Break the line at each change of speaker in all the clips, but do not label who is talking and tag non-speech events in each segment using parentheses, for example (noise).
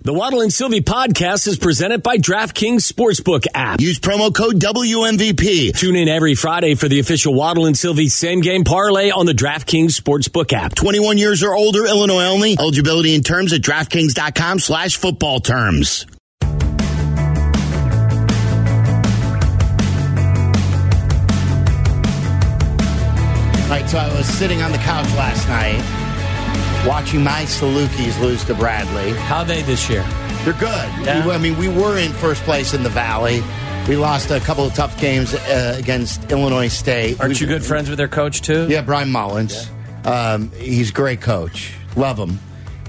The Waddle and Sylvie podcast is presented by DraftKings Sportsbook app.
Use promo code WMVP.
Tune in every Friday for the official Waddle and Sylvie same game parlay on the DraftKings Sportsbook app.
21 years or older, Illinois only. Eligibility and terms at DraftKings.com slash football terms. All right, so I was sitting on the couch last night watching my Salukis lose to Bradley.
How they this year?
They're good. We- I mean, we were in first place in the Valley. We lost a couple of tough games uh, against Illinois State. We-
Aren't you good friends with their coach too?
Yeah, Brian Mullins. Um, he's a great coach. Love him.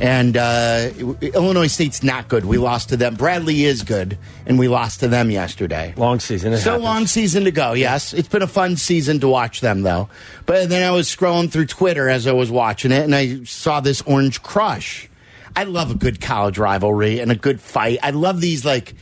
And uh, Illinois State's not good. We lost to them. Bradley is good, and we lost to them yesterday.
Long season. It
Still
happens.
long season to go. Yes, it's been a fun season to watch them though. But then I was scrolling through Twitter as I was watching it, and I saw this Orange Crush. I love a good college rivalry and a good fight. I love these like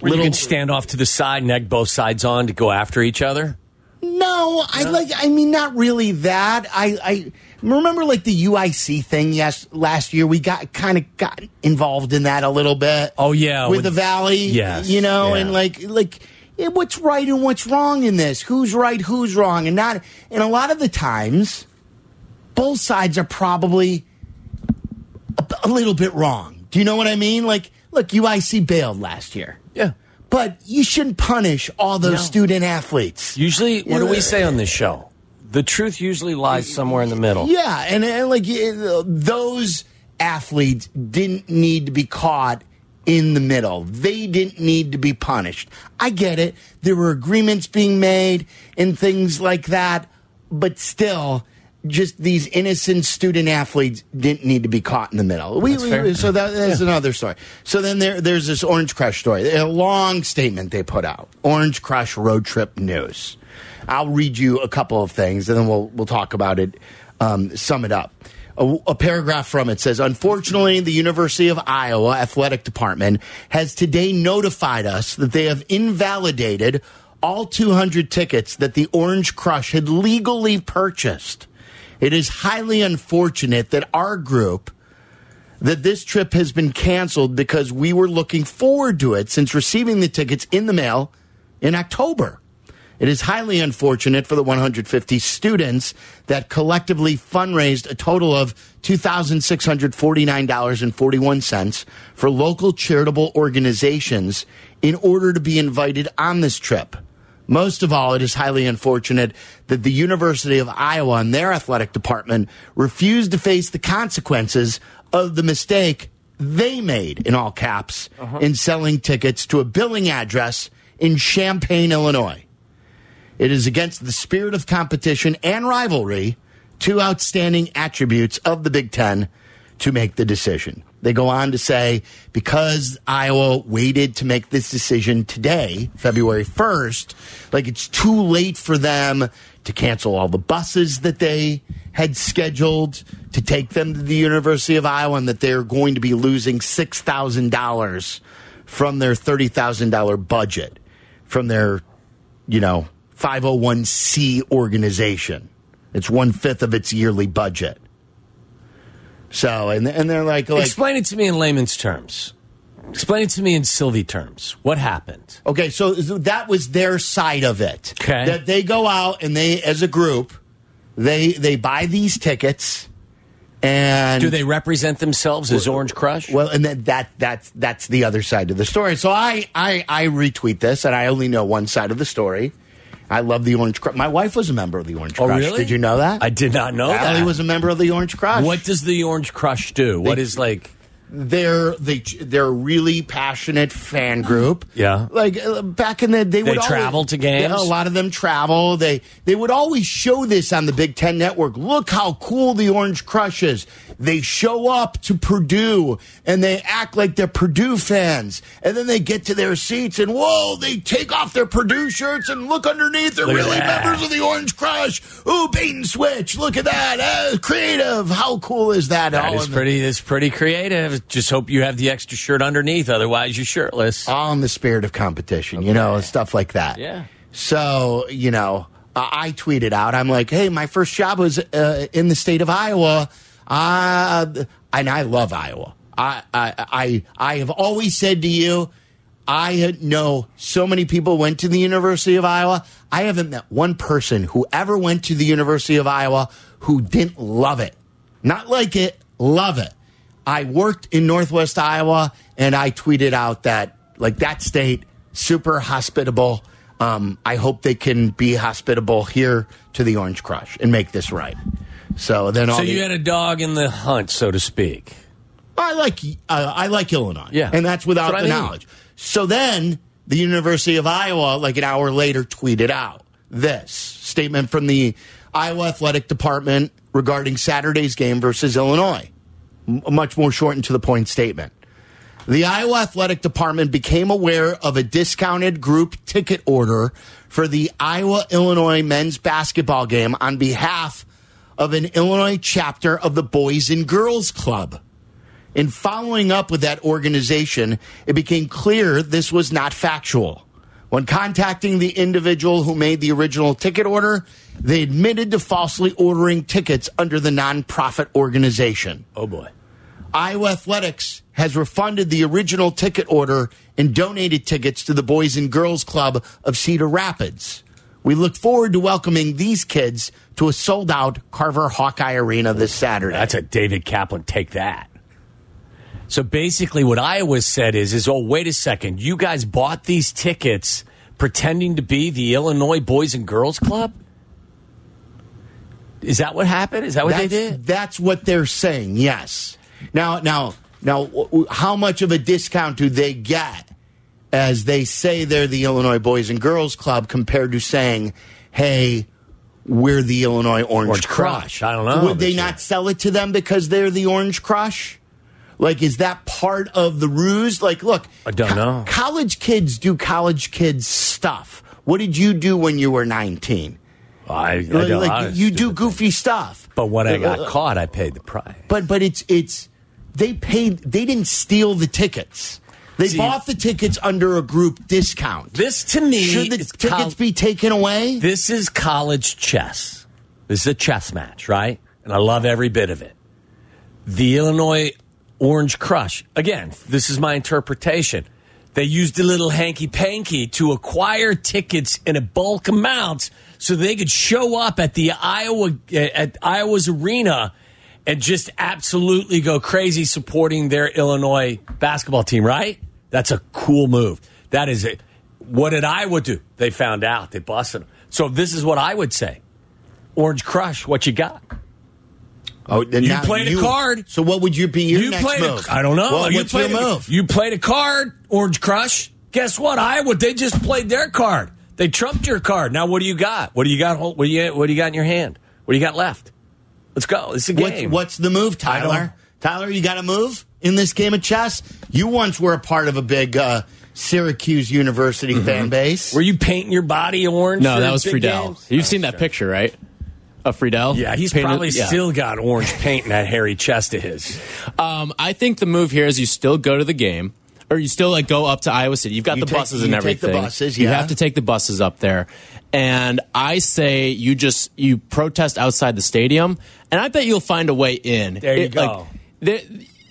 Where
little
you can stand off to the side and egg both sides on to go after each other.
No, I like. I mean, not really that. I, I remember like the UIC thing. Yes, last year we got kind of got involved in that a little bit.
Oh, yeah,
with,
with-
the Valley.
yes,
you know,
yeah.
and like like yeah, what's right and what's wrong in this? Who's right? Who's wrong? And not. And a lot of the times, both sides are probably a, a little bit wrong. Do you know what I mean? Like, look, UIC bailed last year.
Yeah.
But you shouldn't punish all those student athletes.
Usually, what do we say on this show? The truth usually lies somewhere in the middle.
Yeah, and, and like uh, those athletes didn't need to be caught in the middle. They didn't need to be punished. I get it. There were agreements being made and things like that, but still just these innocent student athletes didn't need to be caught in the middle. We, we-
fair.
so that, that's another story. So then there, there's this Orange Crush story, a long statement they put out. Orange Crush road trip news. I'll read you a couple of things, and then we'll we'll talk about it. Um, sum it up. A, a paragraph from it says, "Unfortunately, the University of Iowa athletic department has today notified us that they have invalidated all 200 tickets that the Orange Crush had legally purchased. It is highly unfortunate that our group." that this trip has been canceled because we were looking forward to it since receiving the tickets in the mail in October. It is highly unfortunate for the 150 students that collectively fundraised a total of $2,649.41 for local charitable organizations in order to be invited on this trip. Most of all, it is highly unfortunate that the University of Iowa and their athletic department refused to face the consequences of the mistake they made, in all caps, in selling tickets to a billing address in Champaign, Illinois. It is against the spirit of competition and rivalry, two outstanding attributes of the Big Ten, to make the decision. They go on to say because Iowa waited to make this decision today, February 1st, like it's too late for them to cancel all the buses that they had scheduled to take them to the University of Iowa and that they're going to be losing $6,000 from their $30,000 budget from their you know, 501c organization. It's one fifth of its yearly budget. So, and and they're like, like
Explain it to me in layman's terms. Explain it to me in Sylvie terms. What happened?
okay, so that was their side of it.
Okay.
That they go out and they, as a group, they they buy these tickets, and
Do they represent themselves as Orange Crush?
Well, and then that that's that's the other side of the story. So I I I retweet this, and I only know one side of the story. I love the Orange Crush. My wife was a member of the Orange
Oh,
Crush.
really?
Did you know that?
I did not know
Allie
that.
was a member of the Orange Crush.
what does the Orange Crush do? what is like?
they're they they're a really passionate fan group.
Yeah.
like uh, back in the they, would always-
travel Uh-huh. to games?
Yeah, a lot of them travel. They they would always show this on the Big Ten Network. Look how cool the Orange Crush is. They show up to Purdue and they act like they're Purdue fans, and then they get to their seats and whoa, they take off their Purdue shirts and look underneath. They're
Look at
really
that.
members of the Orange Crush. Ooh, bait and switch. Look at that. Uh, creative. How cool is that?
That
All
is
in the-
pretty. That's pretty creative. Just hope you have the extra shirt underneath. Otherwise, you're shirtless.
all in the spirit of competition, you know, stuff like that.
Yeah.
So, you know, uh, I tweeted out, I'm like, hey, my first job was uh, in the state of Iowa. Uh, and I love Iowa. I, I, I, I have always said to you, I had- know so many people went to the University of Iowa. I haven't met one person who ever went to the University of Iowa who didn't love it. Not like it, love it. I worked in Northwest Iowa and I tweeted out that, like, that state, super hospitable. Um, I hope they can be hospitable here to the Orange Crush and make this right. So then all
So
the-
you had a dog in the hunt, so to speak.
I like uh, I like Illinois.
Yeah.
and that's without
That's what
the
I mean.
knowledge. So then the University of Iowa, like an hour later, tweeted out this statement from the Iowa Athletic Department regarding Saturday's game versus Illinois. M- a much more short and to the point statement. The Iowa Athletic Department became aware of a discounted group ticket order for the Iowa Illinois men's basketball game on behalf of an Illinois chapter of the Boys and Girls Club. In following up with that organization, it became clear this was not factual. When contacting the individual who made the original ticket order, they admitted to falsely ordering tickets under the nonprofit organization.
Oh boy.
Iowa Athletics has refunded the original ticket order and donated tickets to the Boys and Girls Club of Cedar Rapids. We look forward to welcoming these kids to a sold out Carver Hawkeye Arena this Saturday.
That's a David Kaplan. Take that. So basically, what Iowa said is, is oh wait a second, you guys bought these tickets pretending to be the Illinois Boys and Girls Club. Is that what happened? Is that what they
that's,
did?
That's what they're saying. Yes. Now, now, now, w- w- how much of a discount do they get as they say they're the Illinois Boys and Girls Club compared to saying, "Hey, we're the Illinois Orange,
Orange
Crush.
Crush. I don't know
Would they
this year.
not sell it to them because they're the Orange Crush? Like, is that part of the ruse? Like, look,
I don't know.
College kids do college kids stuff. What did you do when you were nineteen?
I, I
Like,
don't- I
like,
was
you do
stupid.
goofy stuff.
But when I
Uh,
got caught, I paid the price.
but but it's it's they paid they didn't steal the tickets. They
See-
bought the tickets under a group discount.
This to me
Should the
is
tickets
col-
be taken away?
This is college chess. This is a chess match, right? And I love every bit of it. The Illinois Orange Crush. Again, this is my interpretation. They used a little hanky panky to acquire tickets in a bulk amount so they could show up at the Iowa at Iowa's arena and just absolutely go crazy supporting their Illinois basketball team, right? That's a cool move. That is it. What did Iowa do? They found out. They busted them. So this is what I would say. Orange Crush, what you got?
Oh, then
You
now
played a card.
So what would you be your next
played.
move?
I don't know.
Well,
you
what's
played
your
a-
move?
You played a card, Orange Crush. Guess what? Iowa. They just played their card. They trumped your card. Now what do you got? What do you got? hol- What do you What do you got in your hand? What do you got left? Let's go. It's a
What's,
game.
what's the move,
don't-
Tyler? Tyler, you got a move in this game of chess? You once were a part of a big uh, Syracuse University fan base.
Mm-hmm. Were you painting your body orange?
No,
for
that was
big
Friedel.
games?
You've seen that picture, right? Of Friedel.
Yeah, he's
Painted-
probably
yeah.
still got orange paint in that hairy chest of his.
Um, I think the move here is you still go to the game, or you still like go up to Iowa City. You've got the
You take-
buses
you
and
take the
everything.
buses,
You
yeah.
have to take the buses up there, and I say you just you protest outside the stadium, and I bet you'll find a way in.
There you
Like,
go.
there,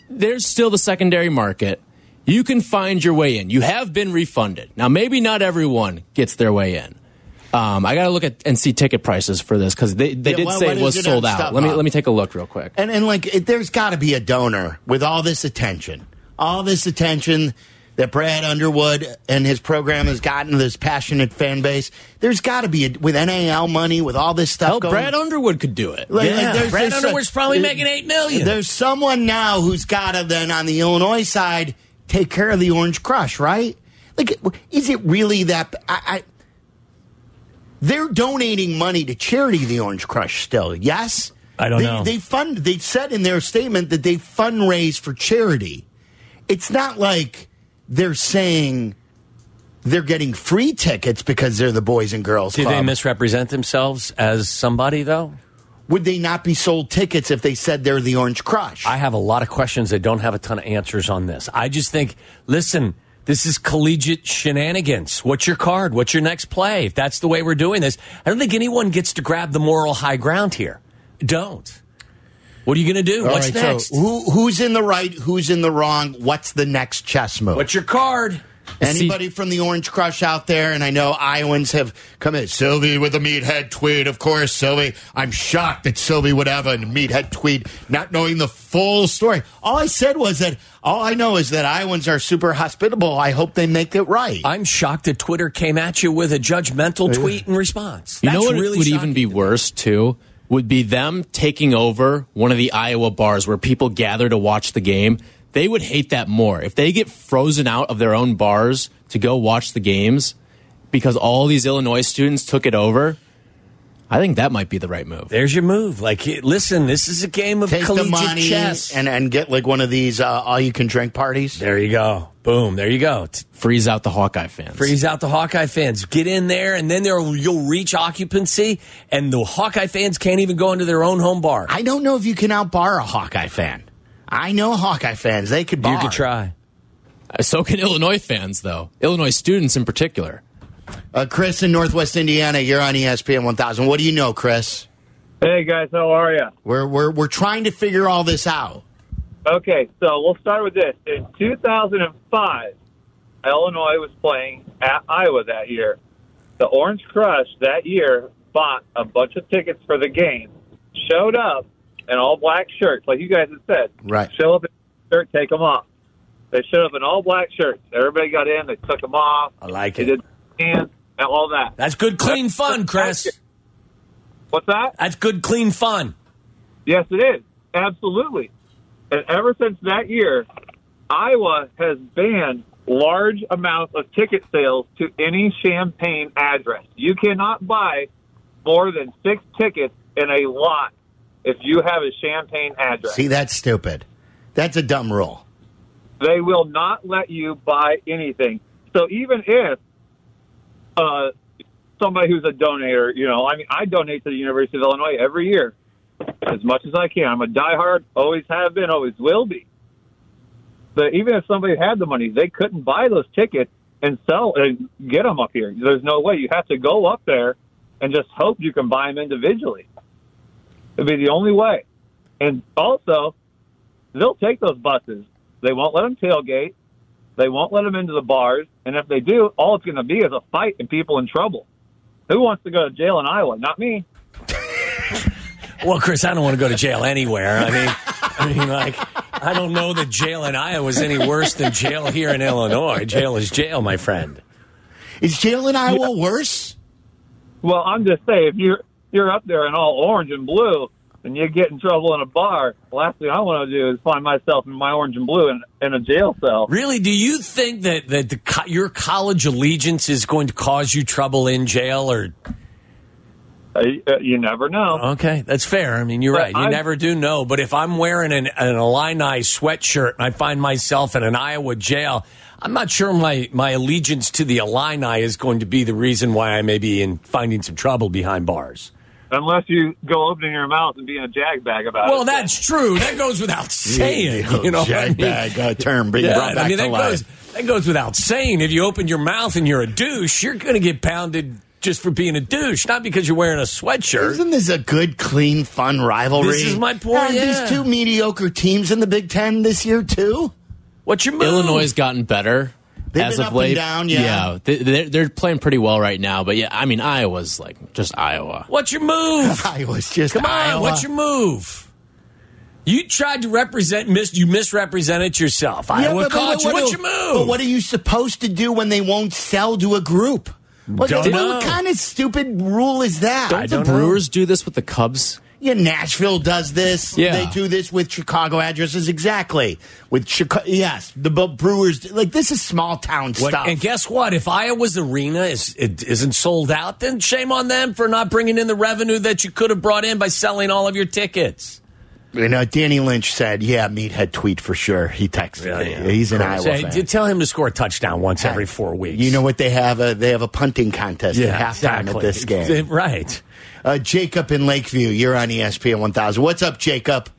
there's still the secondary market. You can find your way in. You have been refunded. Now, maybe not everyone gets their way in. Um, I got to look at and see ticket prices for this because they, they
Yeah,
did
why-
say
why
it
does
was
it
sold
not
out.
stop
Let me
up?
let me take a look real quick.
And and like it, there's got to be a donor with all this attention, all this attention that Brad Underwood and his program has gotten this passionate fan base. There's got to be a, with NAL money with all this stuff.
Oh,
Hell,
going-
Brad Underwood could do it.
Like- like
Yeah.
there's-
Brad
there's some-
Underwood's probably
there-
making $8 million.
There's someone now who's got to then on the Illinois side take care of the Orange Crush, right? Like, is it really that? I, I they're donating money to charity, the Orange Crush, still. Yes,
I don't
they,
know.
They fund. They said in their statement that they fundraise for charity. It's not like they're saying they're getting free tickets because they're the Boys and Girls
Did
Club.
they misrepresent themselves as somebody though?
Would they not be sold tickets if they said they're the Orange Crush?
I have a lot of questions. I don't have a ton of answers on this. I just think, listen, this is collegiate shenanigans. What's your card? What's your next play? If that's the way we're doing this, I don't think anyone gets to grab the moral high ground here. Don't. What are you going to do?
All
What's
right, so
next?
who who's in the right? Who's in the wrong? What's the next chess move?
What's your card?
Anybody from the Orange Crush out there? And I know Iowans have come in. Sylvie with a meathead tweet. Of course, Sylvie. I'm shocked that Sylvie would have a meathead tweet, not knowing the full story. All I said was that all I know is that Iowans are super hospitable. I hope they make it right.
I'm shocked that Twitter came at you with a
Uh,
judgmental tweet in response.
You know
That's
what
really
would
shocking
even be
to me.
worse too would be them taking over one of the Iowa bars where people gather to watch the game. They would hate that more if they get frozen out of their own bars to go watch the games because all these Illinois students took it over. I think that might be the right move.
There's your move. Like, hey, listen, this is a game of
Take the
collegiate
money
chess.
and, and get like one of these uh, all you can drink parties.
there you go. Boom. There you go. T-
Freeze out the Hawkeye fans.
Freeze out the Hawkeye fans. Get in there, and then there you'll reach occupancy, and the Hawkeye fans can't even go into their own home bar.
I don't know if you can outbar a Hawkeye fan. I know Hawkeye fans; they could bar.
You could try.
Uh, So can Illinois fans though. Illinois students in particular.
Uh, Chris in Northwest Indiana, you're on E ESPN 1000. What do you know, Chris?
Hey guys, how are you?
We're we're we're trying to figure all this out.
Okay, so we'll start with this. In 2005, Illinois was playing at Iowa that year. The Orange Crush that year bought a bunch of tickets for the game, showed up in all black shirts, like you guys had said.
Right.
Show up in shirt, take them off. They showed up in all black shirts. Everybody got in, they took them off.
I like
They
it.
did dance and all that.
That's good, clean fun, Chris.
What's that?
That's good, clean fun.
Yes, it is. Absolutely. And ever since that year, Iowa has banned large amounts of ticket sales to any champagne address. You cannot buy more than six tickets in a lot if you have a champagne address.
See, that's stupid. That's a dumb rule.
They will not let you buy anything. So even if uh, somebody who's a donator, you know, I mean, I donate to the University of Illinois every year as much as I can. I'm a diehard, always have been, always will be. But even if somebody had the money, they couldn't buy those tickets and sell and get them up here. There's no way. You have to go up there and just hope you can buy them individually. It'd be the only way. And also, they'll take those buses. They won't let them tailgate. They won't let them into the bars. And if they do, all it's going to be is a fight and people in trouble. Who wants to go to jail in Iowa? Not me.
Well, Chris, I don't want to go to jail anywhere. I mean, I mean, like, I don't know that jail in Iowa is any worse than jail here in Illinois. Jail is jail, my friend.
Is jail in Iowa worse?
Well, I'm just saying, if you're you're up there in all orange and blue, and you get in trouble in a bar, last thing I want to do is find myself in my orange and blue in, in a jail cell.
Really, do you think that that the, co- your college allegiance is going to cause you trouble in jail? Or
Uh, you- uh, you never know.
okay, that's fair. I mean, you're right. You
I-
never do know. But if I'm wearing an, an Illini sweatshirt and I find myself in an Iowa jail, I'm not sure my my allegiance to the Illini is going to be the reason why I may be in finding some trouble behind bars.
Unless you go opening your mouth and being a jagbag about it.
Well, that's true. That goes without saying. You know, what I mean?
jackbag uh, term being
Yeah,
brought back
I mean
to
that
life.
goes that goes without saying. If you open your mouth and you're a douche, you're going to get pounded just for being a douche, not because you're wearing a sweatshirt.
Isn't this a good, clean, fun rivalry?
This is my point,
Aren't
yeah.
These two mediocre teams in the Big Ten this year too.
What's your move?
Illinois has gotten better
They've
as
been
of
up and
late.
down, yeah.
they, they're, they're playing pretty well right now. But yeah, I mean, Iowa's like just Iowa.
What's
(laughs)
your move?
Iowa's just
Come on,
Iowa.
what's your move? You tried to represent, mis- you misrepresented yourself.
Yeah,
Iowa
but- but
caught you.
what
What's
do-
your move?
But what are you supposed to do when they won't sell to a group? Like,
Don't
what,
know.
kind of stupid rule is that?
Don't the
don't know.
Brewers do this with the Cubs?
Yeah, Nashville does this.
Yeah.
They do this with Chicago addresses. Exactly. With Chicago. Yes. The Bu- Brewers. Like, this is small town
What-
stuff.
And guess what? If Iowa's arena is it isn't sold out, then shame on them for not bringing in the revenue that you could have brought in by selling all of your tickets.
you know, Danny Lynch said, yeah, Meathead tweet for sure. He texted me. He's an Iowa
Say,
fan.
d- tell him to score a touchdown once every four weeks.
You know what they have? A, they have a punting contest at halftime
exactly. (laughs)
at this game.
Right.
Uh, Jacob in Lakeview, you're on E ESPN 1000. What's up, Jacob?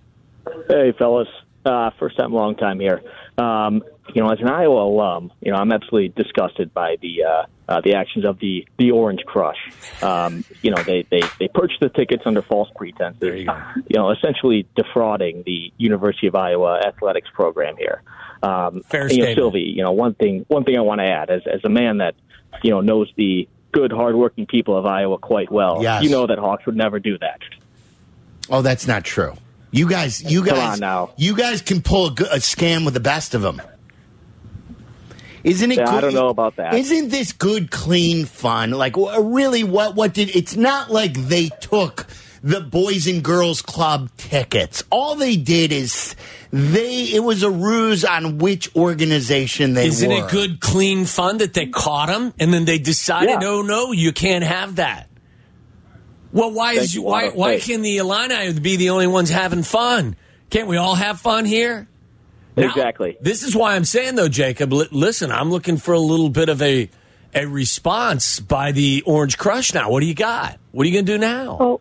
Hey, fellas. Uh, first time, long time here. Um, you know, as an Iowa alum, you know, I'm absolutely disgusted by the uh, uh, the actions of the the Orange Crush. Um, you know, they, they they purchased the tickets under false pretenses.
you go.
know, essentially defrauding the University of Iowa athletics program here. Um,
Fair
you know,
statement.
Sylvie, you know, one thing one thing I want to add as as a man that you know knows the good hardworking people of Iowa quite well.
Yes.
You know that Hawks would never do that.
Oh, that's not true. You guys, you guys,
Come on now.
you guys can pull a, go- a scam with the best of them. Isn't it?
Yeah, I
good?
don't know about that.
Isn't this good, clean fun? Like, wh- really, what? What did? It's not like they took the boys and girls club tickets. All they did is they. It was a ruse on which organization they
Isn't
were.
it good, clean fun that they caught him and then they decided,
Yeah.
oh no, you can't have that? Well, why
Thank
is
you,
why
Otto.
why
Hey.
can the Illini be the only ones having fun? Can't we all have fun here? Now,
Exactly.
This is why I'm saying though, Jacob. li- Listen, I'm looking for a little bit of a a response by the Orange Crush. Now, what do you got? What are you going to do now?
Well,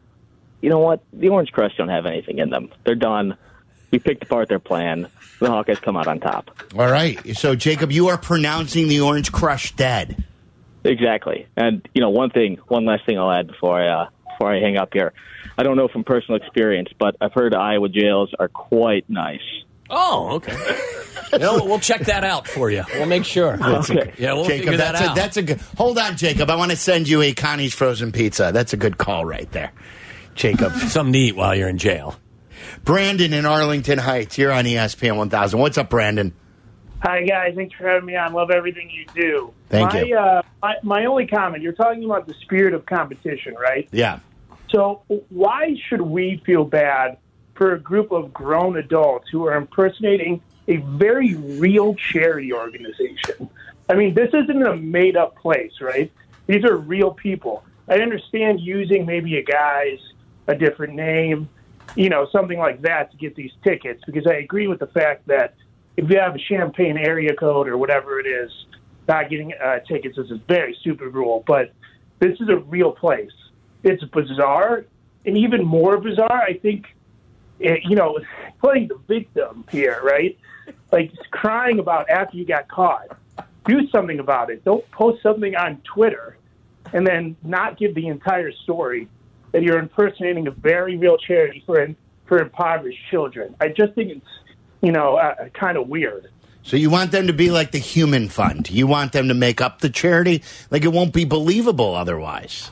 you know what? The Orange Crush don't have anything in them. They're done. We picked apart their plan. The Hawkeyes come out on top.
All right. So, Jacob, you are pronouncing the Orange Crush dead.
Exactly. And you know, one thing, one last thing I'll add before I uh, before I hang up here. I don't know from personal experience, but I've heard Iowa jails are quite nice.
Oh, okay. no, we'll check that out for you. We'll make sure.
(laughs) Okay.
Yeah, we'll
Jacob,
figure that
that's
out.
a that's a good. Hold on, Jacob. I want to send you a Connie's frozen pizza. That's a good call right there, Jacob.
(laughs) something to eat while you're in jail.
Brandon in Arlington Heights. You're on E ESPN 1000. What's up, Brandon?
Hi guys, thanks for having me on. Love everything you do.
Thank
my,
you.
Uh, my my only comment: you're talking about the spirit of competition, right?
Yeah.
So why should we feel bad for a group of grown adults who are impersonating a very real charity organization? I mean, this isn't a made up place, right? These are real people. I understand using maybe a guy's a different name, you know, something like that to get these tickets because I agree with the fact that if you have a champagne area code or whatever it is, not getting uh, tickets is a very stupid rule, but this is a real place. It's bizarre, and even more bizarre, I think, eh, you know, (laughs) playing the victim here, right? Like crying about after you got caught. Do something about it. Don't post something on Twitter and then not give the entire story that you're impersonating a very real charity for for impoverished children. I just think it's, you know, uh, kind of weird.
So you want them to be like the human fund. You want them to make up the charity. Like it won't be believable otherwise.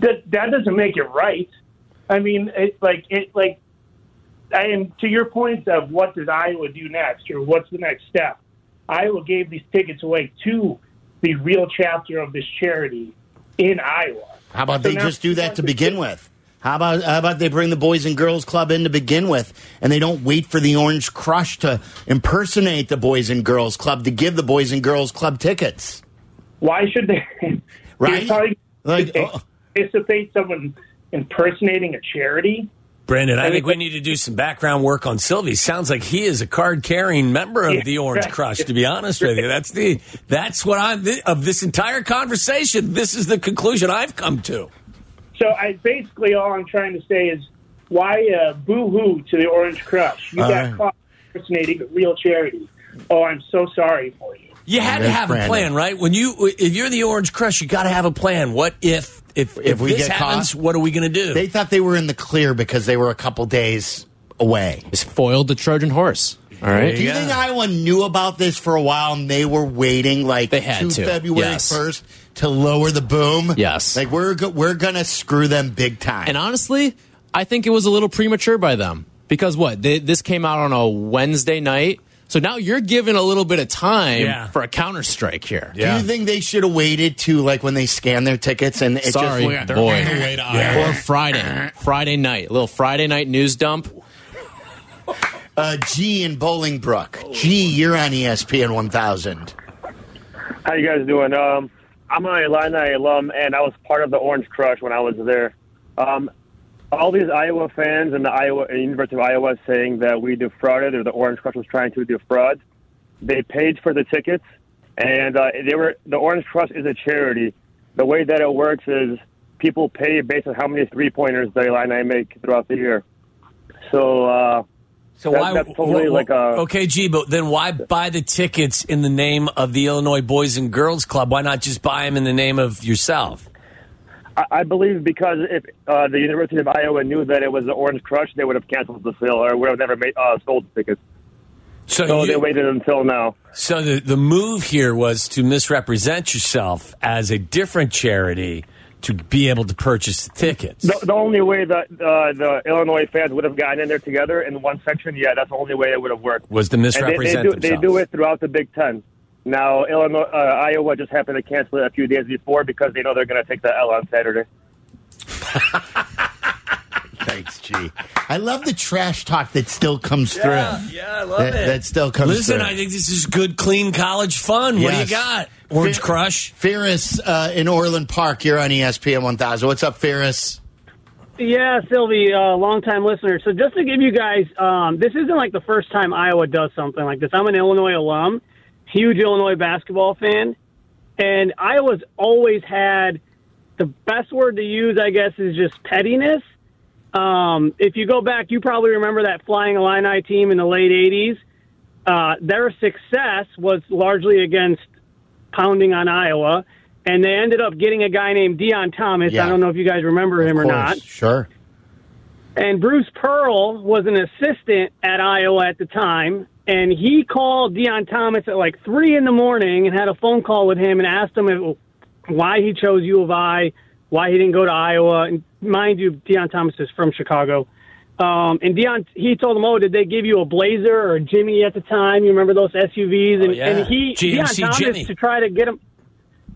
that that doesn't make it right. I mean, it's like it like, I am to your point of what did Iowa do next or what's the next step? Iowa gave these tickets away to the real chapter of this charity in Iowa.
How about they
now-
just do that to begin with? How about how about they bring the Boys and Girls Club in to begin with, and they don't wait for the Orange Crush to impersonate the Boys and Girls Club to give the Boys and Girls Club tickets?
Why should they?
(laughs) Right?
You're telling me (laughs)
Like,
they
oh.
anticipate someone impersonating a charity.
Brandon, I think we need to do some background work on Sylvie. Sounds like he is a card-carrying member of
Yeah,
the Orange
right.
Crush. To be honest with you, that's the that's what I'm thi- of this entire conversation. This is the conclusion I've come to.
So I basically all I'm trying to say is why uh, boo hoo to the Orange Crush? You got
right.
caught impersonating a real charity. Oh, I'm so sorry for you.
You had to
There's
have a
Brandon.
plan, right? When you if you're the Orange Crush, you got to have a plan. What if if if,
we
this
get
happens?
caught?
What are we going to do?
They thought they were in the clear because they were a couple days away.
Just foiled the Trojan horse. All right.
Do you think Iowa knew about this for a while and they were waiting like
They had to,
February
yes.
1st to lower the boom?
Yes.
Like we're go- we're going to screw them big time.
And honestly, I think it was a little premature by them because what they, this came out on a Wednesday night, so now you're given a little bit of time
Yeah.
for a counter strike here.
Do you think they should have waited to like when they scan their tickets and it
Sorry,
just went
boy. Or Friday, Friday night, little Friday night news dump.
(laughs) Uh, G in Bolingbrook. G, you're on E ESPN 1000.
How you guys doing? Um, I'm an Illini alum, and I was part of the Orange Crush when I was there. Um, all these Iowa fans and the Iowa and University of Iowa saying that we defrauded, or the Orange Crush was trying to defraud. They paid for the tickets, and uh, they were the Orange Crush is a charity. The way that it works is people pay based on how many three pointers the Illini make throughout the year. So uh,
So
That-
why?
that's totally
wh- wh-
like a-
okay, G, but then why buy the tickets in the name of the Illinois Boys and Girls Club? Why not just buy them in the name of yourself?
I, I believe because if uh, the University of Iowa knew that it was the Orange Crush, they would have canceled the sale or would have never made uh, sold the tickets.
So,
So
you-
they waited until now.
so the the move here was to misrepresent yourself as a different charity to be able to purchase the tickets.
The, the only way that uh, the Illinois fans would have gotten in there together in one section, yeah, that's the only way it would have worked.
Was to
And they, they,
misrepresent
do, they do
themselves.
it throughout the Big Ten. Now, Illinois, uh, Iowa just happened to cancel it a few days before because they know they're going to take the L on Saturday.
Thanks, G. I love the trash talk that still comes through.
Yeah, I love
That, that still comes
Listen,
through.
I think this is good, clean college fun. What do you
Yes.
got? Orange
Fe-
Crush.
Ferris uh, in Orland Park. You're on E ESPN 1000. What's up, Ferris?
Yeah, Sylvie, uh, longtime listener. So just to give you guys, um, this isn't like the first time Iowa does something like this. I'm an Illinois alum, huge Illinois basketball fan, and Iowa's always had the best word to use, I guess, is just pettiness. Um, if you go back, you probably remember that Flying Illini team in the late '80s. Uh, their success was largely against pounding on Iowa, and they ended up getting a guy named Dion Thomas.
Yeah.
I don't know if you guys remember him or
Of course.
not.
Sure.
And Bruce Pearl was an assistant at Iowa at the time, and he called Deion Thomas at like three in the morning and had a phone call with him and asked him if, why he chose U of I, why he didn't go to Iowa. And mind you, Deion Thomas is from Chicago. Um, and Deion, he told him, "Oh, did they give you a Blazer or a Jimmy at the time? You remember those SUVs?" And,
Oh, yeah.
and he,
GMC
Deion Thomas,
Jimmy.
to try to get him.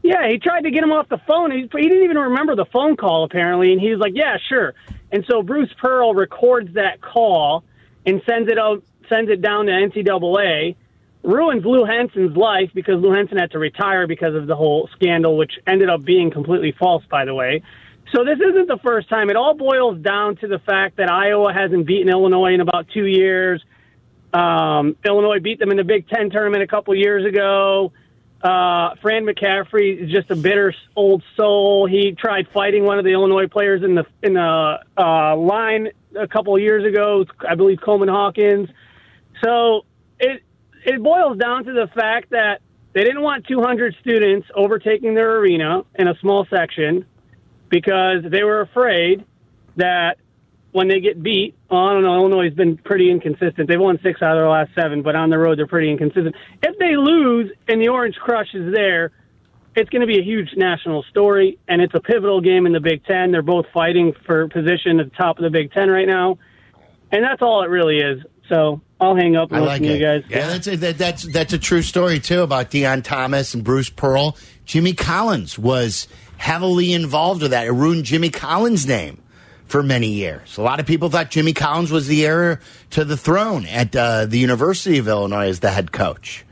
Yeah, he tried to get him off the phone. He, he didn't even remember the phone call apparently, and he's like, "Yeah, sure." And so Bruce Pearl records that call and sends it out, sends it down to NCAA. Ruins Lou Henson's life because Lou Henson had to retire because of the whole scandal, which ended up being completely false, by the way. So this isn't the first time. It all boils down to the fact that Iowa hasn't beaten Illinois in about two years. Um, Illinois beat them in the Big Ten tournament a couple years ago. Uh, Fran McCaffrey is just a bitter old soul. He tried fighting one of the Illinois players in the in the uh, line a couple of years ago. I believe Coleman Hawkins. So it it boils down to the fact that they didn't want 200 students overtaking their arena in a small section because they were afraid that when they get beat, I don't know, Illinois has been pretty inconsistent. They've won six out of their last seven, but on the road they're pretty inconsistent. If they lose and the Orange Crush is there, it's going to be a huge national story, and it's a pivotal game in the Big Ten. They're both fighting for position at the top of the Big Ten right now, and that's all it really is. So I'll hang up
I
and
like
listen to
it.
you guys.
Yeah, that's a, that, that's that's a true story too about Deion Thomas and Bruce Pearl. Jimmy Collins was heavily involved with that. It ruined Jimmy Collins' name for many years. A lot of people thought Jimmy Collins was the heir to the throne at uh, the University of Illinois as the head coach.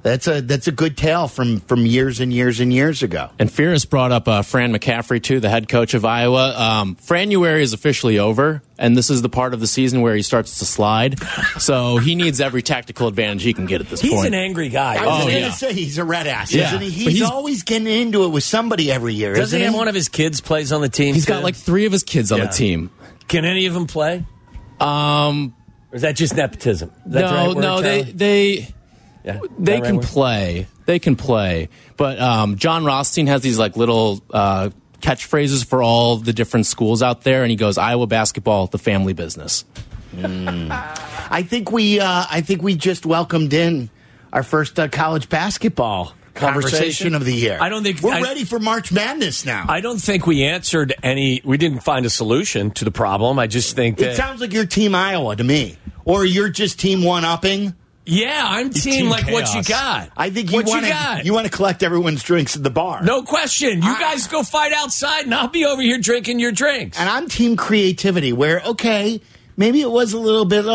That's a that's a good tale from from years and years and years ago.
And Ferris brought up uh, Fran McCaffrey, too, the head coach of Iowa. Um, Franuary is officially over, and this is the part of the season where he starts to slide. so he needs every tactical advantage he can get at this
He's
point.
an angry guy.
I was
Oh,
going to
yeah.
say he's a red ass,
Yeah.
isn't he?
But
He's,
he's-
always getting into it with somebody every year.
Doesn't
isn't
he have
he?
one of his kids plays on the team?
He's got
too?
like three of his kids on
Yeah.
the team.
Can any of them play?
Um,
Or is that just nepotism? Is that the right
no,
word,
no,
Charlie?
they they
Yeah. Is
they can
that right word?
play. They can play. But um, John Rothstein has these like little uh, catchphrases for all the different schools out there, and he goes Iowa basketball, the family business.
I think we uh, I think we just welcomed in our first uh, college basketball conversation,
Conversation?
of the year.
I don't think-
we're
I- (laughs)
ready for March Madness now.
I don't think we answered any. We didn't find a solution to the problem. I just think that.
it sounds like you're Team Iowa to me, or you're just Team One Upping.
yeah, I'm team,
team
like what you
chaos.
got.
I think you
what
want
you got.
to you want to collect everyone's drinks at the bar.
no question. You guys go fight outside, and I'll be over here drinking your drinks.
and I'm Team Creativity, where okay, maybe it was a little bit. Uh,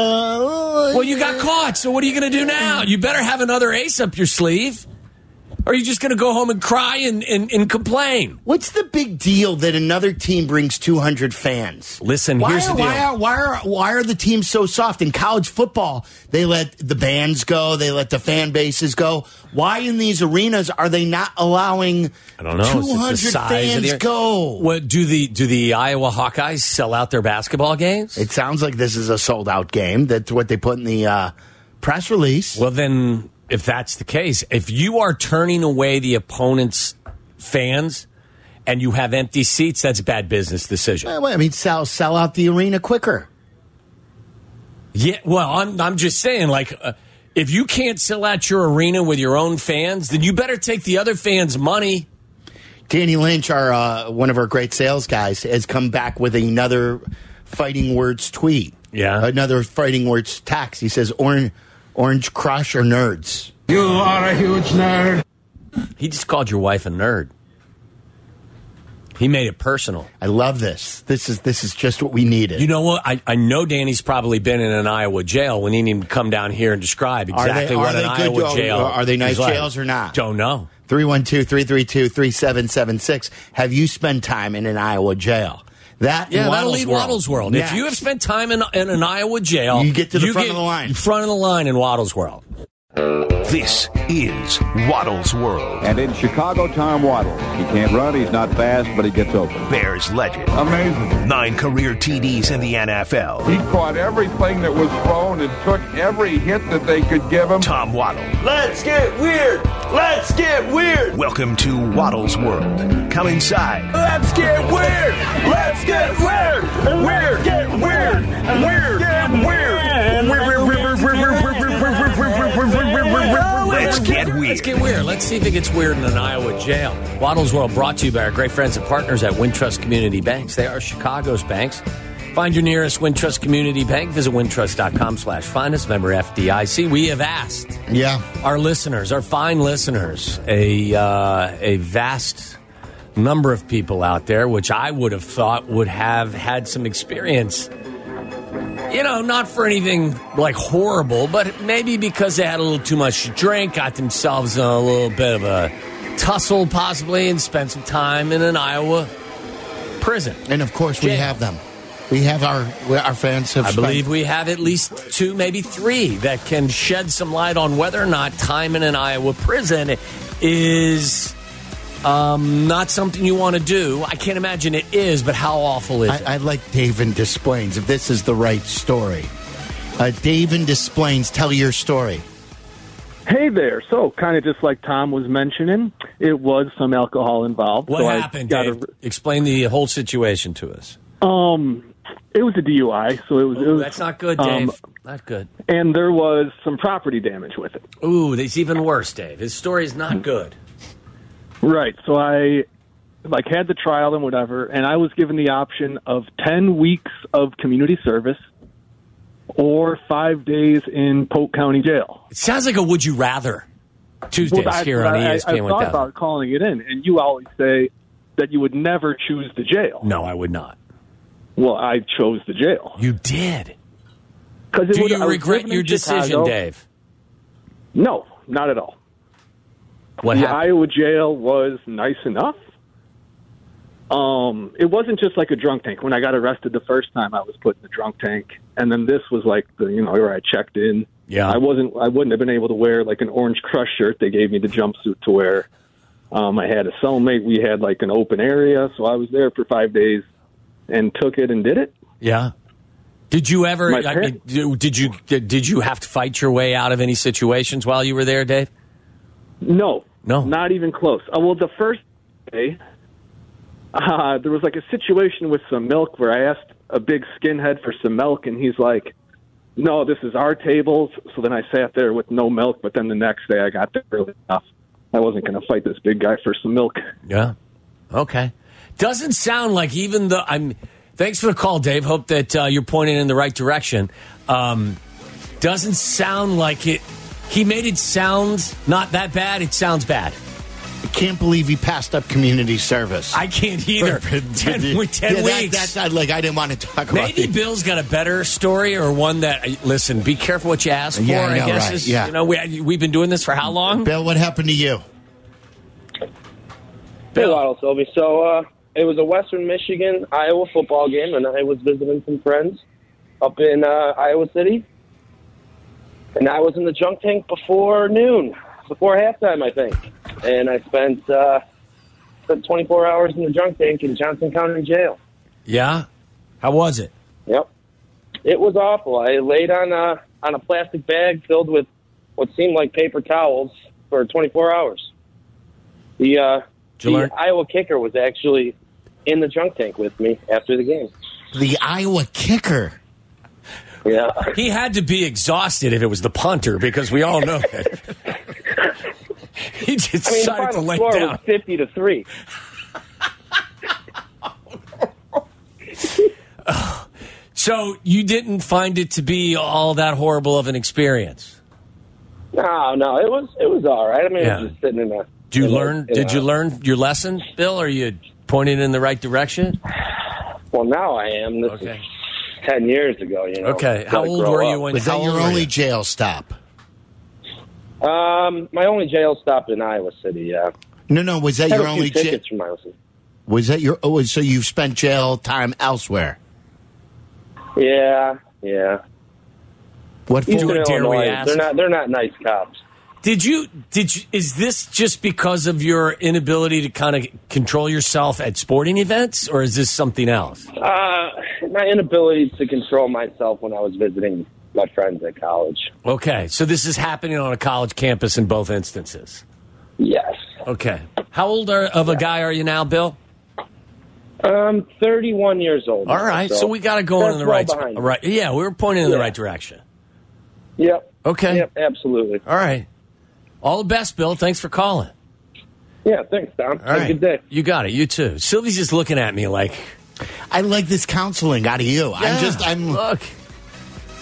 well, you got caught, so what are you going to do now? You better have another ace up your sleeve. Or are you just going to go home and cry and, and, and complain?
What's the big deal that another team brings 200 fans?
Listen,
why
here's
are,
the deal.
Why are, why, are, why are the teams so soft? In college football, they let the bands go, they let the fan bases go. Why in these arenas are they not allowing
I don't know. It's just the
200
size of
fans
the-
go?
What do the do the Iowa Hawkeyes sell out their basketball games?
It sounds like this is a sold out game. That's what they put in the uh, press release.
Well, then, if that's the case, if you are turning away the opponent's fans and you have empty seats, that's a bad business decision.
Well, I mean, sell sell out the arena quicker.
Yeah. Well, I'm I'm just saying, like, uh, if you can't sell out your arena with your own fans, then you better take the other fans' money.
Danny Lynch, our uh, one of our great sales guys, has come back with another fighting words tweet.
Yeah.
another fighting words tax. He says, "Orange, orange crush or nerds."
He just called your wife a nerd. He made it personal.
I love this. This is this is just what we needed.
You know what? I, I know Danny's probably been in an Iowa jail. We need him to come down here and describe
they-
exactly
are
what
they
an
good-
Iowa
are-
jail
are they nice
is like.
jails or not?
Don't know.
312 332 3776. Have you spent time in an Iowa jail? That and
Yeah, that'll
Waddle's
lead
World.
Waddle's World.
Next.
If you have spent time in, in an Iowa jail,
You get to the front of the line.
Front of the line in Waddle's World.
This is Waddle's World.
And in Chicago, Tom Waddle. He can't run, he's not fast, but he gets open.
Bears legend.
Amazing.
Nine career TDs in the NFL.
He caught everything that was thrown and took every hit that they could give him.
Tom Waddle. Let's get weird. Let's get weird. Welcome to Waddle's World. Come inside. Let's get weird. Let's get weird. Weird. Get weird. Weird. Get weird. Let's get
Let's
weird.
get weird. Let's see if it gets weird in an Iowa jail. Waddle's World brought to you by our great friends and partners at Wintrust Community Banks. They are Chicago's banks. Find your nearest Wintrust Community Bank. Visit wintrust.com slash find us. Member FDIC. We have asked
Yeah.
our listeners, our fine listeners, a uh, a vast number of people out there, which I would have thought would have had some experience. You know, not for anything like horrible, but maybe because they had a little too much to drink, got themselves in a little bit of a tussle, possibly, and spent some time in an Iowa prison.
And of course, we
Jail.
have them. We have our we- our fans have
I
spent-
believe we have at least two, maybe three, that can shed some light on whether or not time in an Iowa prison is um, not something you want to do. I can't imagine it is, but how awful is it?
I, I like Dave and Displains if this is the right story. Uh, Dave and Displains, tell your story.
Hey there. So, kind of just like Tom was mentioning, it was some alcohol involved.
what
so I
happened?
got
Dave? Explain the whole situation to us.
a- um, it was a DUI, so it was. it was
That's not good,
um,
Dave. not good.
and there was some property damage with it.
Ooh, that's even worse, Dave. His story is not good.
Right. So I like had the trial and whatever, and I was given the option of ten weeks of community service or five days in Polk County Jail.
It sounds like a would you rather Tuesdays
I,
here on E
I, I, I
ESPN
thought
1000.
about calling it in, and you always say that you would never choose the jail.
No, I would not.
Well, I chose the jail
You did.
because
Do you regret your decision, Dave?
No, not at all.
What
the
happened?
Iowa jail was nice enough. Um, it wasn't just like a drunk tank. When I got arrested the first time, I was put in the drunk tank, and then this was like the you know where I checked in.
Yeah.
I wasn't. I wouldn't have been able to wear like an orange crush shirt. They gave me the jumpsuit to wear. Um, I had a cellmate. We had like an open area, so I was there for five days and took it and did it.
Yeah. Did you ever?
My
I
par-
mean, do- did you did you have to fight your way out of any situations while you were there, Dave?
No,
No.
not even close. Uh, well, the first day, uh, there was like a situation with some milk where I asked a big skinhead for some milk, and he's like, "No, this is our tables." So then I sat there with no milk. But then the next day, I got there early enough. I wasn't going to fight this big guy for some milk.
Yeah. Okay. Doesn't sound like even though I'm. Thanks for the call, Dave. Hope that uh, you're pointing in the right direction. Um, doesn't sound like it. He made it sound not that bad. It sounds bad.
I can't believe he passed up community service.
I can't (laughs) either. ten we- ten
Yeah, that-
weeks.
that's not- like I didn't want to talk about
Maybe
it.
Bill's got a better story or one that. uh, Listen, be careful what you uh, ask for.
Yeah, I know,
guess
right,
is,
yeah.
you know we, we've been doing this for how long?
Bill, what happened to you?
Hey, Waddle Sylvie. So uh, it was a Western Michigan Iowa football game, and I was visiting some friends up in uh, Iowa City, and I was in the junk tank before noon, before halftime, I think, and I spent uh, spent 24 hours in the junk tank in Johnson County Jail.
Yeah? How was it?
Yep. It was awful. I laid on a on a plastic bag filled with what seemed like paper towels for 24 hours. The uh,
Did you
the
learn-
Iowa kicker was actually in the junk tank with me after the game.
The Iowa kicker.
Yeah.
He had to be exhausted if it was the punter because we all know that. (laughs) he just
I mean, the
decided to
final
lay
score
down.
was 50 to three.
So you didn't find it to be all that horrible of an experience.
No, no, it was it was all right. I mean, I
Yeah.
was just sitting in a.
Did you
in a-
learn?
in
Did
a-
you learn your lesson, Bill? Are you pointing in the right direction?
Well, now I am. This is ten years ago. You know.
Okay. How
Gotta
old
grow
were
up.
you when?
Was that
how old
your
were
only
you?
jail stop?
Um, my only jail stop in Iowa City. Yeah.
No, no. Was that
Had
your
a few
only jail?
tickets from Iowa City.
Was that your? Oh, so you've spent jail time elsewhere.
Yeah, yeah.
What
Eastern
for?
it. dare we
Illinois,
ask?
they're not they're not nice cops.
Did you? Did you? Is this just because of your inability to kind of control yourself at sporting events, or is this something else?
Uh, my inability to control myself when I was visiting my friends at college.
Okay. So this is happening on a college campus in both instances.
Yes.
Okay. How old are, of a guy are you now, Bill?
I'm 31 Um, years old.
All
now,
right. So, we got to go in
that's
the
well
right.
behind me.
Right. Yeah, we were pointing in the
Yeah.
right direction.
Yep.
Okay.
Yep. Absolutely.
All right. All the best, Bill. Thanks for calling.
Yeah. Thanks, Tom. Have
right.
a good day.
You got it. You too. Sylvie's just looking at me like,
I like this counseling out of you. I'm just. I'm.
look.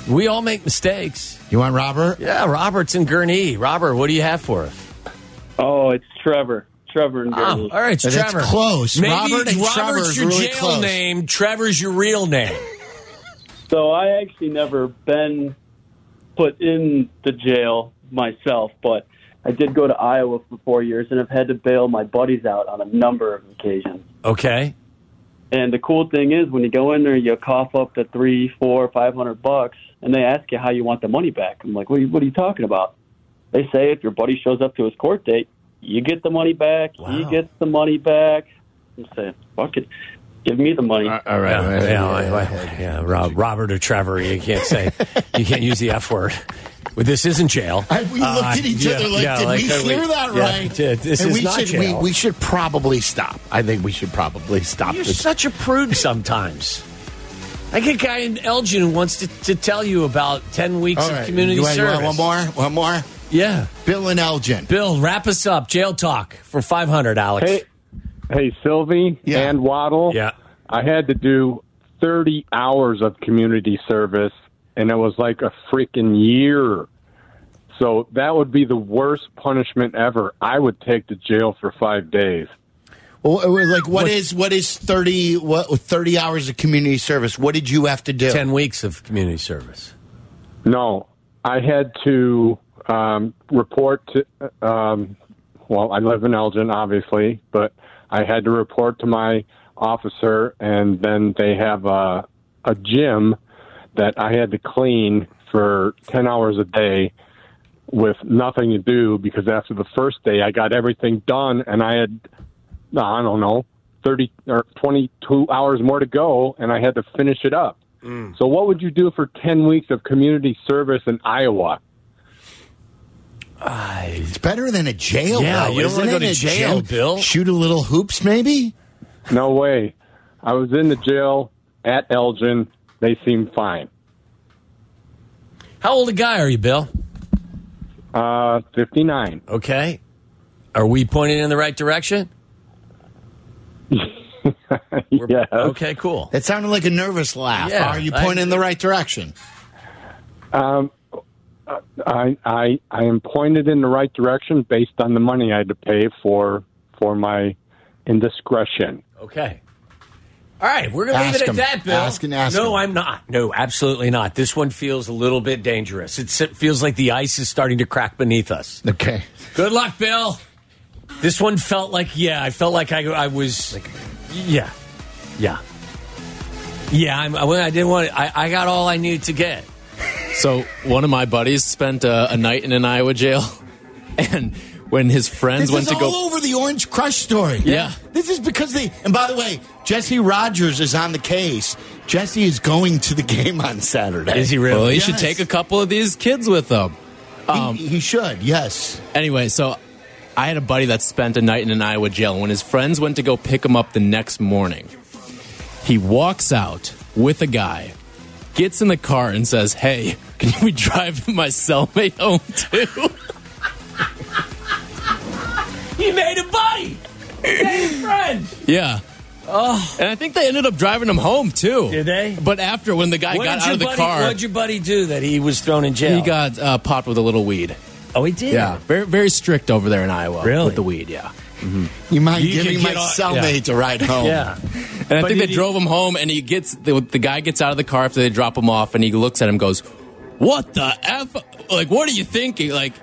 We all make mistakes.
You want Robert?
Yeah, Robert's in Gurnee. Robert, what do you have for us?
Oh, it's Trevor. Trevor and
Oh, all
Gurney.
right, it's
That's
Trevor.
close.
Maybe
Robert and
Robert's
Trevor is
your
really
jail
close.
name. Trevor's your real name.
So I actually never been put in the jail myself, but I did go to Iowa for four years and have had to bail my buddies out on a number of occasions.
Okay.
And the cool thing is, when you go in there, you cough up the three, four, five hundred bucks, and they ask you how you want the money back. I'm like, what are you, what are you talking about? They say if your buddy shows up to his court date, you get the money back. You
Wow.
get the money back. I'm saying, fuck it, give me the money.
All right. all
Yeah,
right,
yeah,
all right.
yeah, yeah, Rob, Robert or Trevor, you can't say, you can't use the F word. Well, this isn't jail.
I- we looked at each other like, did we
uh,
hear that
yeah,
right?
did. This
and
is
we
not
should
jail.
We, we should probably stop. I think we should probably stop
You're
this.
such a prude sometimes. I get a guy in Elgin who wants to, to tell you about 10 weeks
All
of
right.
community
you want, you
service.
want one more? One more?
Yeah.
Bill and Elgin.
Bill, wrap us up. Jail talk for 500, Alex.
Hey, hey, Sylvie
Yeah.
and Waddle.
Yeah.
I had to do 30 hours of community service, and it was like a freaking year. So that would be the worst punishment ever. I would take to jail for five days.
Well, uh, like what is what is thirty what thirty hours of community service? What did you have to do?
10 weeks of community service.
No, I had to um, report to. Um, well, I live in Elgin, obviously, but I had to report to my officer, and then they have a a gym that I had to clean for ten hours a day with nothing to do because after the first day I got everything done and I had I don't know thirty or twenty two hours more to go and I had to finish it up. So, what would you do for 10 weeks of community service in Iowa?
It's better than a jail.
Yeah,
though,
you don't
isn't
wanna
it?
go to
A
jail,
gym?
Bill.
Shoot a little
(laughs)
hoops, maybe.
No way. I was in the jail at Elgin. They seemed fine.
How old a guy are you, Bill?
Uh, 59.
Okay. Are we pointing in the right direction?
yes.
Okay, cool.
That sounded like a nervous laugh.
Yeah,
Are you
I-
pointing in the right direction?
Um, I, I, I am pointed in the right direction based on the money I had to pay for, for my indiscretion.
Okay. All right, we're going to leave
Ask
it at
him.
that, Bill.
Ask and ask
no,
him.
I'm not. No, absolutely not. This one feels a little bit dangerous. It's, it feels like the ice is starting to crack beneath us.
Okay.
Good luck, Bill. This one felt like yeah, I felt like I I was yeah, yeah, yeah. I'm, I, I didn't want. I, I got all I needed to get.
So one of my buddies spent uh, a night in an Iowa jail, (laughs) and when his friends
This
went
is
to
all
go,
over the Orange Crush story.
Yeah.
This is because they. And by the way, Jesse Rogers is on the case. Jesse is going to the (laughs) game on Saturday.
Well, he
Yes.
should take a couple of these kids with him. Um,
he, should. Yes.
Anyway, so I had a buddy that spent a night in an Iowa jail. When his friends went to go pick him up the next morning, he walks out with a guy, gets in the car, and says, "Hey, can we drive my cellmate home too?" (laughs)
He made a buddy. Hey, friend.
Yeah. Oh. And I think they ended up driving him home too. Did
they?
But after, when the guy
What
got
did
out
your
of the
buddy-
car,
What'd your buddy do that he was thrown in jail?
he got uh, popped with a little weed.
Oh, he did.
Yeah, very very strict over there in Iowa.
Really?
with the weed. Yeah.
You mind
Mm-hmm. You
giving
can
my
get on-
cellmate
yeah.
a ride home?
Yeah. And I
But
think they
did he-
drove him home, and he gets the, the guy gets out of the car after they drop him off, and he looks at him, and goes, "What the f? Like, what are you thinking? Like."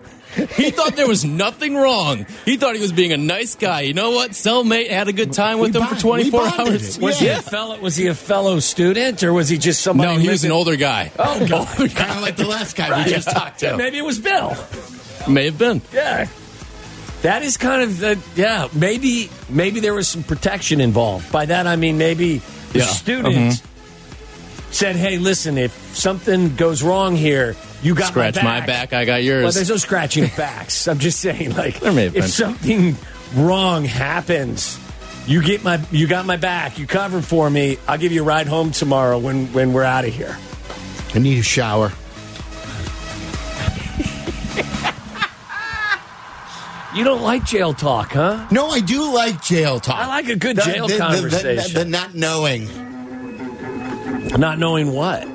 He thought there was nothing wrong. He thought he was being a nice guy. You know what? Cellmate had a good time with him for 24 hours.
Was he a fellow? Was he a fellow student, or was he just somebody?
No, he was
living-
an (laughs) older guy.
Oh, God.
kind of like the last guy
Right.
we just talked
(laughs)
to.
Maybe it was Bill.
May have been.
Yeah. That is kind of the yeah. Maybe maybe there was some protection involved. By that I mean maybe the
Yeah. Mm-hmm.
student
Mhm.
said, "Hey, listen, if something goes wrong here, you got
Scratch
my
my
back.
back, I got yours.
Well, there's no scratching
(laughs)
of backs. I'm just saying, like,
There may have
if
been.
something wrong happens, you get my you got my back. You covered for me. I'll give you a ride home tomorrow when when we're out of here.
I need a shower.
You don't like jail talk, huh?
No, I do like jail talk.
I like a good
The-
jail
the- the- the-
conversation.
The, not knowing.
Not knowing what.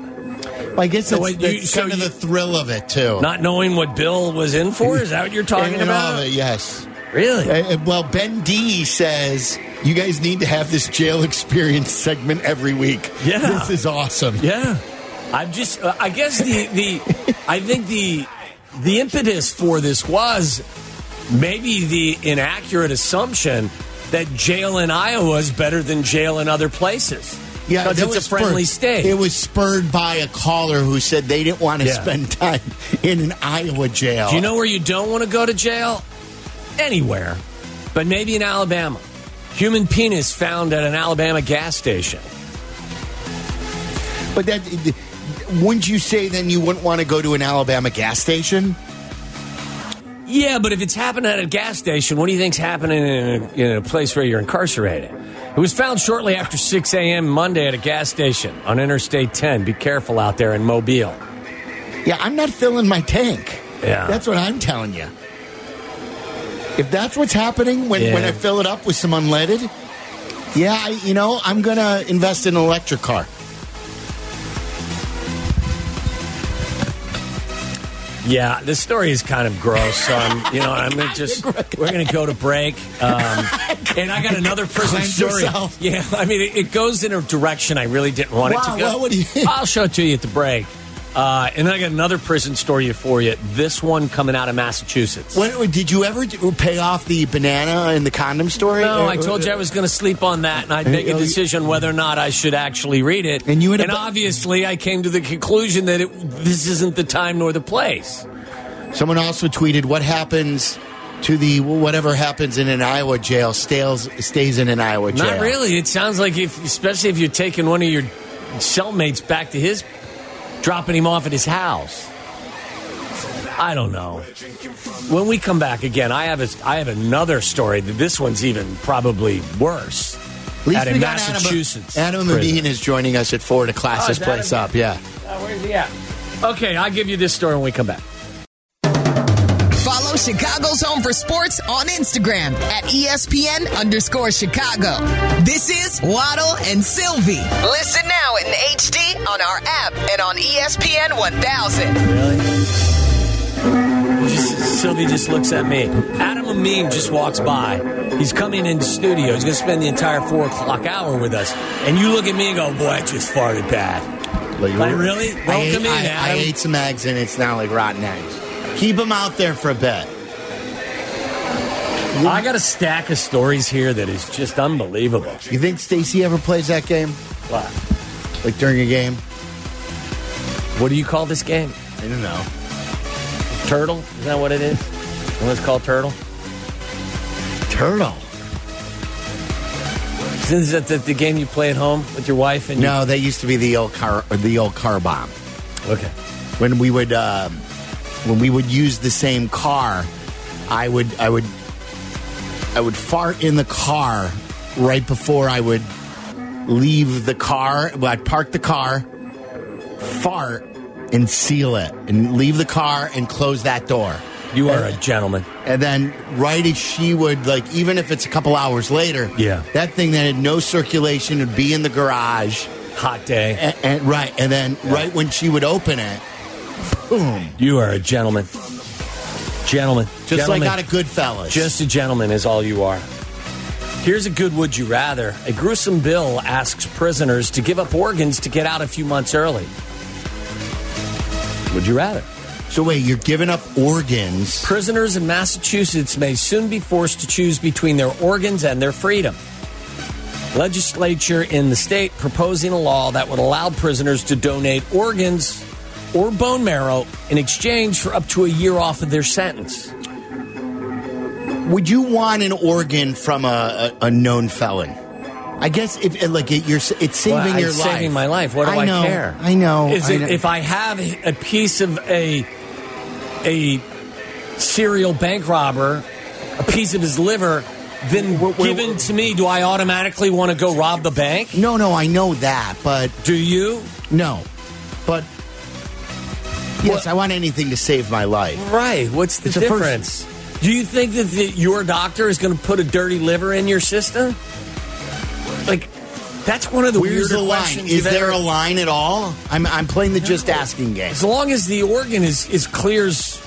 I guess
So
that's,
wait, you-
that's
so
kind
you-
of the thrill of it too.
Not knowing what Bill was in for? Is that what you're talking
And- and all
about?
of it, yes.
Really?
Uh, uh, well, Ben D says you guys need to have this jail (laughs) experience segment every week.
Yeah.
this is awesome.
Yeah. I'm just. Uh, I guess the the. I think the the impetus for this was maybe the inaccurate assumption that jail in Iowa is better than jail in other places.
Yeah,
because
that
it's a
was
friendly
spurred-
state.
It was spurred by a caller who said they didn't want to
Yeah.
spend time in an Iowa jail.
Do you know where you don't want to go to jail? Anywhere, but maybe in Alabama. Human penis found at an Alabama gas station.
But that wouldn't you say then you wouldn't want to go to an Alabama gas station?
Yeah, but if it's happening at a gas station, what do you think's happening in a, in a place where you're incarcerated? It was found shortly after 6 a.m. Monday at a gas station on Interstate 10. Be careful out there in Mobile.
Yeah, I'm not filling my tank.
Yeah.
That's what I'm telling you. If that's what's happening when, when
Yeah.
I fill it up with some unleaded, yeah, I, you know, I'm going to invest in an electric car.
Yeah, this story is kind of gross. So I'm, you know,
(laughs)
I'm gonna just we're gonna go to break, um, and I got another prison
Cleanse
story.
yourself.
Yeah, I mean, it, it goes in a direction I really didn't want it
Wow,
to go.
well, what do you-
I'll show it to you at the break, uh, and then I got another prison story for you. This one coming out of Massachusetts.
When, did you ever d- pay off the banana in the condom story?
No, I told you I was going to sleep on that, and I'd make a decision whether or not I should actually read it.
And you had a
and
bu-
obviously, I came to the conclusion that it, this isn't the time nor the place.
Someone also tweeted, "What happens to the whatever happens in an Iowa jail stays stays in an Iowa jail."
Not really. It sounds like if, especially if you're taking one of your cellmates back to his, dropping him off at his house. I don't know. When we come back again, I have a, I have another story. This one's even probably worse.
At least
out
we
in
got Adam-
Massachusetts.
Adam
prison.
Medine is joining us at four to class
Oh,
this
is Adam-
place up. Yeah.
where's he at? Okay, I'll give you this story when we come back.
Follow Chicago's Home for Sports on Instagram at E ESPN underscore Chicago. This is Waddle and Sylvie. Listen now in HD on our app and on E ESPN 1000.
Just- Sylvie just looks at me. Adam Amin just walks by. He's coming into studio. He's going to spend the entire four o'clock hour with us. And you look at me and go, "Boy, I just farted bad." Like, Oh, really?
I
Welcome
ate-
in,
I, I
Adam.
ate some eggs, and it's now like rotten eggs. Keep them out there for a bit.
I got a stack of stories here that is just unbelievable.
You think Stacy ever plays that game?
What?
Like during a game?
What do you call this game?
I don't know.
Turtle? Is that what it is? What it's called turtle?
Turtle.
Is that the, the game you play at home with your wife and
No, that used to be the old car or the old car bomb.
Okay.
When we would um, when we would use the same car, I would I would I would fart in the car right before I would leave the car. Well, I'd park the car, fart, and seal it, and leave the car and close that door.
You are a gentleman.
And then, right as she would, like, even if it's a couple hours later,
Yeah.
that thing that had no circulation would be in the garage.
Hot day.
And, and- right, and then right when she would open it, boom,
you? You are a gentleman. Gentleman.
just
Gentleman.
like out of Goodfellas.
Just a gentleman is all you are. Here's a good would you rather. A gruesome bill asks prisoners to give up organs to get out a few months early. Would you rather?
so wait, you're giving up organs?
Prisoners in Massachusetts may soon be forced to choose between their organs and their freedom. Legislature in the state proposing a law that would allow prisoners to donate organs or bone marrow in exchange for up to a year off of their sentence.
Would you want an organ from a, a, a known felon? I guess if like it, you're, s- it's saving
Well, I'm
your life.
saving my life. What do I,
know,
care?
I know.
Is
I
it
know.
if I have a piece of a a serial bank robber, a piece of his liver, then given to me, do I automatically want to go rob the bank?
No, no, I know that, but
do you?
No, but yes, I want anything to save my life.
Right. What's the
It's a first-
difference? Do you think that the, your doctor is going to put a dirty liver in your system? Like, that's one of the
Where's
weirder
the line?
questions.
Is
you've
there
ever-
a line at all? I'm I'm playing the just asking game.
As long as the organ is is clears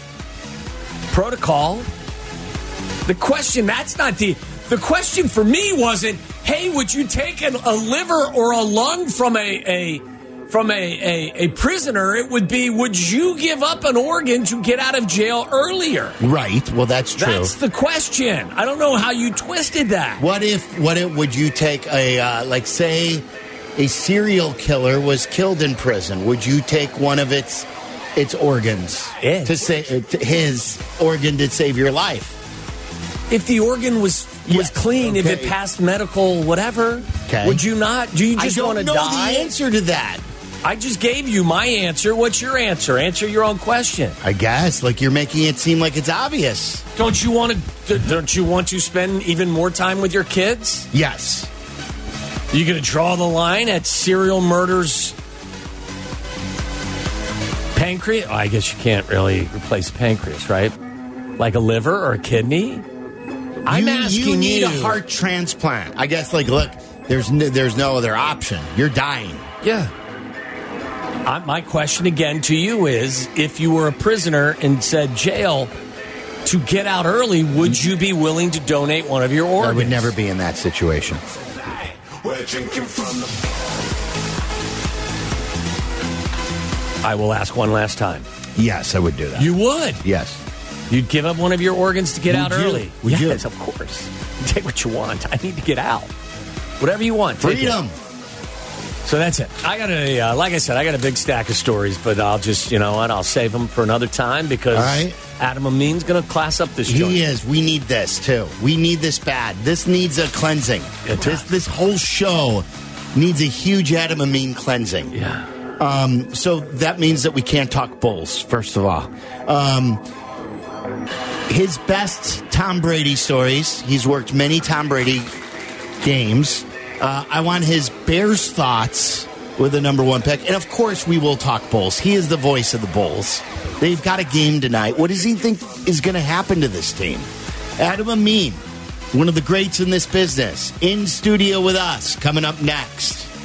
protocol, the question that's not the the question for me wasn't, hey, would you take an, a liver or a lung from a a from a, a, a prisoner? It would be, would you give up an organ to get out of jail earlier?
Right. Well, that's true.
That's the question. I don't know how you twisted that.
what if what if would you take a uh, like say a serial killer was killed in prison? Would you take one of its its organs to say uh, to- his organ to save your life?
If the organ was was clean, if it
okay.
passed medical whatever,
Okay.
would you not? Do you
I
just
don't
want to
know the
die?
answer to that.
I just gave you my answer. What's your answer? Answer your own question.
I guess like you're making it seem like it's obvious.
Don't you want to? Don't you want to spend even more time with your kids?
Yes.
You going to draw the line at serial murders? Pancreas? Oh, I guess you can't really replace pancreas, right? Like a liver or a kidney. I'm
you,
asking
you need a
you.
heart transplant. I guess like look, there's no, there's no other option. You're dying.
Yeah. I, my question again to you is if you were a prisoner and said jail to get out early, would you be willing to donate one of your organs?
I would never be in that situation.
We're drinking from the
I will ask one last time.
Yes, I would do that.
You would.
yes.
You'd give up one of your organs to get
Would
out
you?
early.
Would you?
yes, of course. (laughs) Take what you want. I need to get out. Whatever you want. take it.
Freedom.
So that's it. I got a uh, like I said, I got a big stack of stories, but I'll just you know what, I'll save them for another time because
All right.
Adam Amin's going to class up this joint.
He is. We need this too. We need this bad. This needs a cleansing.
It
This
does.
this whole show needs a huge adamamine cleansing.
Yeah.
Um, so that means that we can't talk bulls, first of all. Um, his best Tom Brady stories. He's worked many Tom Brady games. Uh, I want his Bears thoughts with the number one pick. And of course, we will talk Bulls. He is the voice of the Bulls. They've got a game tonight. What does he think is going to happen to this team? Adam Amin, one of the greats in this business, in studio with us, coming up next.